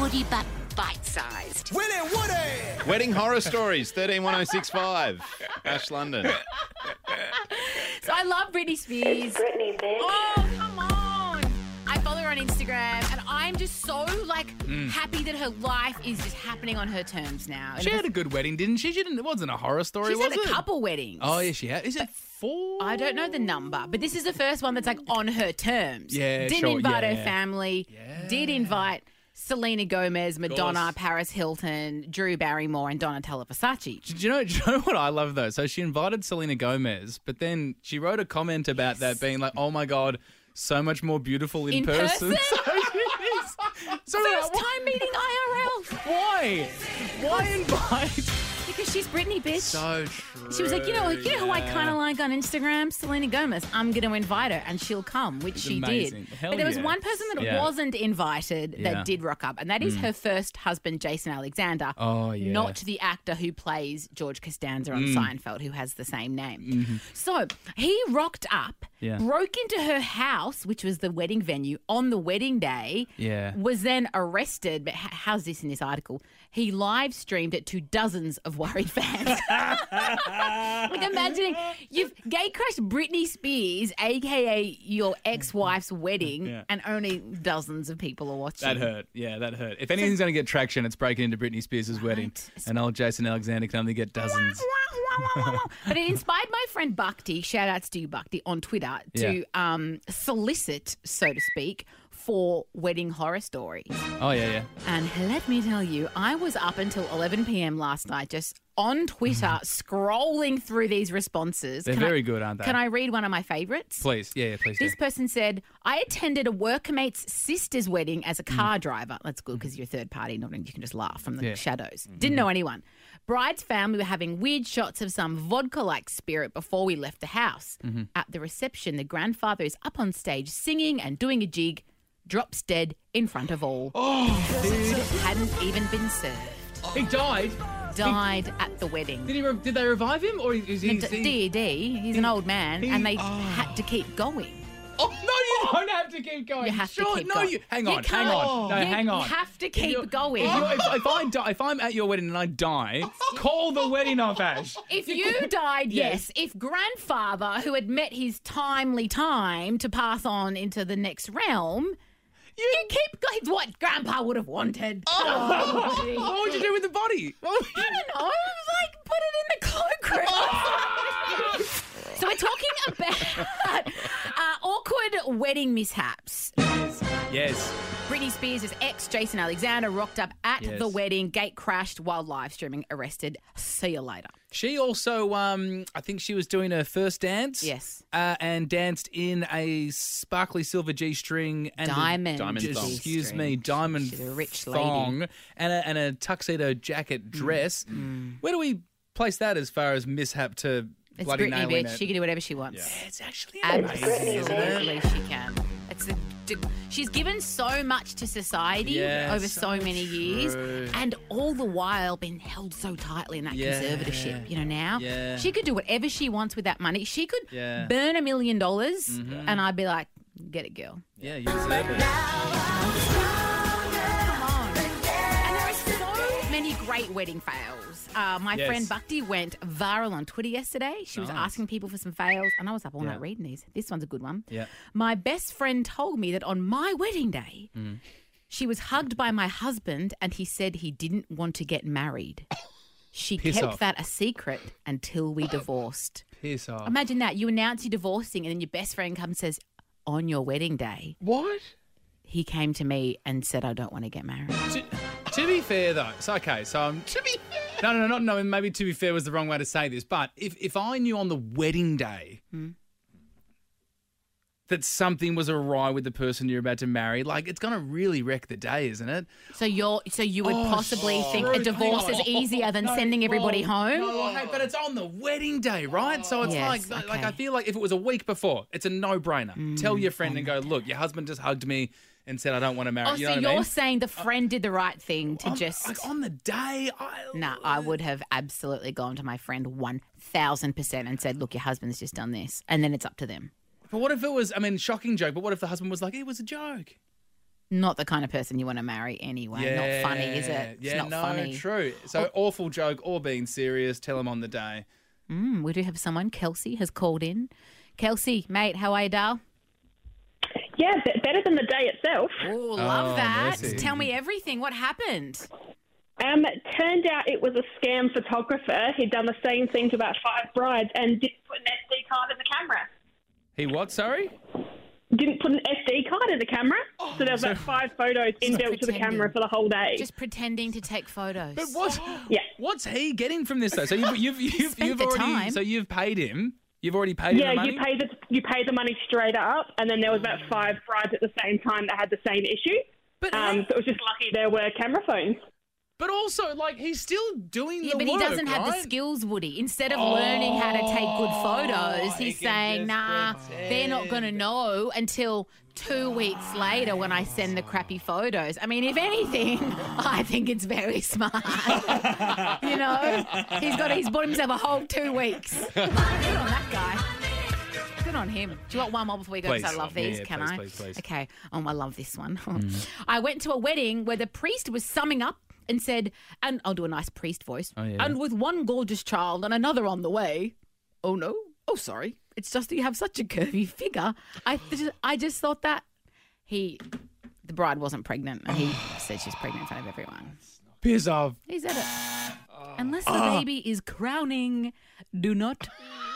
Woody but bite sized. Willie Woody! Wedding horror stories, 131065. Ash London. So I love Britney Spears. Brittany, bitch. Oh, come on. I follow her on Instagram and I'm just so like happy that her life is just happening on her terms now. And Mm. She it had a good wedding, didn't she? She didn't. It wasn't a horror story, She's was had a it? couple weddings. Oh yeah, she had. Is it four? I don't know the number, but this is the first one that's like on her terms. Yeah, Didn't sure, invite her yeah. family. Did invite Selena Gomez, Madonna, course. Paris Hilton, Drew Barrymore, and Donatella Versace. Do you know? Do you know what I love though? So she invited Selena Gomez, but then she wrote a comment about that being like, "Oh my god, so much more beautiful in, In person? so yes. so First why- time meeting IRL Why? Why invite? because she's Britney, bitch. So true. She was like, you know, you know who I kind of like on Instagram, Selena Gomez. I'm going to invite her, and she'll come, which she amazing. did. Hell but there was yeah. one person that Yeah. wasn't invited Yeah. Mm. that did rock up, and that is her first husband, Jason Alexander. Oh, Mm. yeah. not the actor who plays George Costanza on Seinfeld, who has the same name. So he rocked up, Mm-hmm. Yeah. broke into her house, which was the wedding venue, on the wedding day. Yeah. was then arrested. But h- how's this in this article? He live streamed it to dozens of worried fans. Like imagining you've gay crashed Britney Spears, aka your ex-wife's wedding, Yeah. and only dozens of people are watching. That hurt. Yeah, that hurt. If anything's going to get traction, it's breaking into Britney Spears' wedding. And old Jason Alexander can only get dozens. but it inspired my friend Bhakti, shout outs to you, Bhakti, on Twitter to um, solicit, so to speak, for wedding horror stories. Oh, yeah, yeah. And let me tell you, I was up until 11 p.m. last night just on Twitter scrolling through these responses. Mm. They're Can I- very good, aren't they? Can I read one of my favorites? Please. Yeah, yeah, please. do. This person said, I attended a workmate's sister's wedding as a car driver. That's good because you're a third party, not you can just laugh from the Mm. Yeah. Mm-hmm. shadows. Didn't know anyone. Bride's family were having weird shots of some vodka like spirit before we left the house. Mm-hmm. At the reception, the grandfather is up on stage singing and doing a jig, drops dead in front of all. Oh, hadn't even been served. He died. Died at the wedding. Did, he re- did they revive him? Or is he. is he- D D. he's an old man, he- and they had to keep going. Oh, no, you don't have to keep going. You have to Sure, keep no, going. You, hang You on, hang can't- on. No, you hang on. have to keep you're- going. If, you're- if, if I die, if I'm at your wedding and I die, call the wedding off, Ash. If you died, yes. Yes. If grandfather, who had met his timely time to pass on into the next realm, you, keep going. It's what grandpa would have wanted. Oh, gee. What would you do with the body? What would I you- don't know. Like, put it in the cloakroom. Oh. so we're talking about uh, awkward wedding mishaps. Yes. Britney Spears' ex, Jason Alexander, rocked up at Yes. the wedding, gate crashed while live streaming, arrested. See you later. She also, um, I think she was doing her first dance. Yes. Uh, and danced in a sparkly silver G string and a- Diamond diamond G-string. excuse me, diamond She's a rich lady. Mm. thong and a, and a tuxedo jacket dress. Where do we place that as far as mishap to It's bloody Britney, nailing bitch. it? She can do whatever she wants. It's actually amazing, isn't it? Absolutely, she can. It's the, d- she's given so much to society Yeah, over so, so many years, true. and all the while been held so tightly in that Yeah. conservatorship. You know, now Yeah. she could do whatever she wants with that money. She could Yeah. Mm-hmm. burn a million dollars, and I'd be like, "Get it, girl." Yeah, you deserve it. And there are so many great wedding fails. Uh, my Yes. friend Bhakti went viral on Twitter yesterday. She was Nice. asking people for some fails, and I was up all Yeah. night reading these. This one's a good one. Yeah. My best friend told me that on my wedding day, Mm. she was hugged by my husband, and he said he didn't want to get married. She Piss kept off. that a secret until we divorced. Piss off. Imagine that. You announce you're divorcing, and then your best friend comes and says, On your wedding day, What? he came to me and said, I don't want to get married. To, to be fair, though, so okay, so I'm. To be fair. No, no, no, not no. Maybe to be fair was the wrong way to say this, but if if I knew on the wedding day that something was awry with the person you're about to marry, like it's gonna really wreck the day, isn't it? So you're so you would possibly think a Ruth, divorce Oh, hang is on. easier than No, sending everybody well, home. No, Oh, hey, but it's on the wedding day, right? So it's Yes, like, like okay. Hmm. I feel like if it was a week before, it's a no-brainer. Tell your friend and go, look, your husband just hugged me and said I don't want to marry. Oh, so you know what you're I mean? saying the friend did the right thing to On- just like on the day. I, Nah, I would have absolutely gone to my friend 1000% and said, "Look, your husband's just done this." And then it's up to them. But what if it was? I mean, shocking joke. But what if the husband was like, "It was a joke." not the kind of person you want to marry anyway. Uh, not funny, is it? Yeah, it's not no, funny. Oh. true. So awful joke or being serious, tell them on the day. Mm, we do have someone. Kelsey has called in. Kelsey, mate, how are you, Dal? Yeah, be- better than the day itself. Oh, love that. mercy. Tell me everything. What happened? Um, it turned out it was a scam photographer. He'd done the same thing to about five brides and didn't put an SD card in the camera. He what? Sorry. Didn't put an SD card in the camera, so there was about five photos inbuilt to the pretending. camera for the whole day. Just pretending to take photos. But what? Yeah. What's he getting from this though? So you've you've you've, Spent you've the already time. so you've paid him. You've already paid him the yeah, money. you pay the you pay the money straight up, and then there was about five brides at the same time that had the same issue. but Um, so it was just lucky there were camera phones. but also like he's still doing Yeah, the but he work, doesn't have the right? Oh, skills, Woody. Instead of learning how to take good photos, he's he can saying, just nah, they're not going to know until two weeks later when I send the crappy photos. I mean, if anything, I think it's very smart. you know, he's got he's bought himself a whole two weeks. Good on that guy. Good on him. Do you want one more before we go? Because I Please. love Yeah, these. yeah, can please, I? please, please. Mm. Okay. Oh, I love this one. I went to a wedding where the priest was summing up and said, and I'll do a nice priest voice. Oh, yeah. And with one gorgeous child and another on the way. Oh, no. Oh, sorry. It's just that you have such a curvy figure. I, th- I just thought that he, the bride wasn't pregnant and he said she's pregnant in front of everyone. Piss off. He said it. Unless the baby is crowning, do not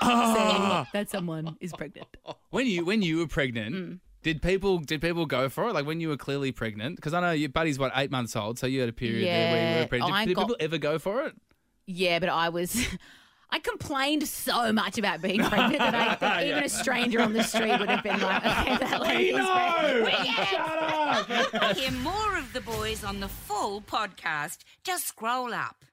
say that someone is pregnant. When you when you were pregnant, Mm. did people did people go for it? Like when you were clearly pregnant? Because I know your buddy's what eight months old, so you had a period there where you Yeah, were pregnant. I did got- people ever go for it? Yeah, but I was. I complained so much about being pregnant that I think even a stranger on the street would have been like, okay, that lady's pregnant. Hear more of the boys on the full podcast. Just scroll up.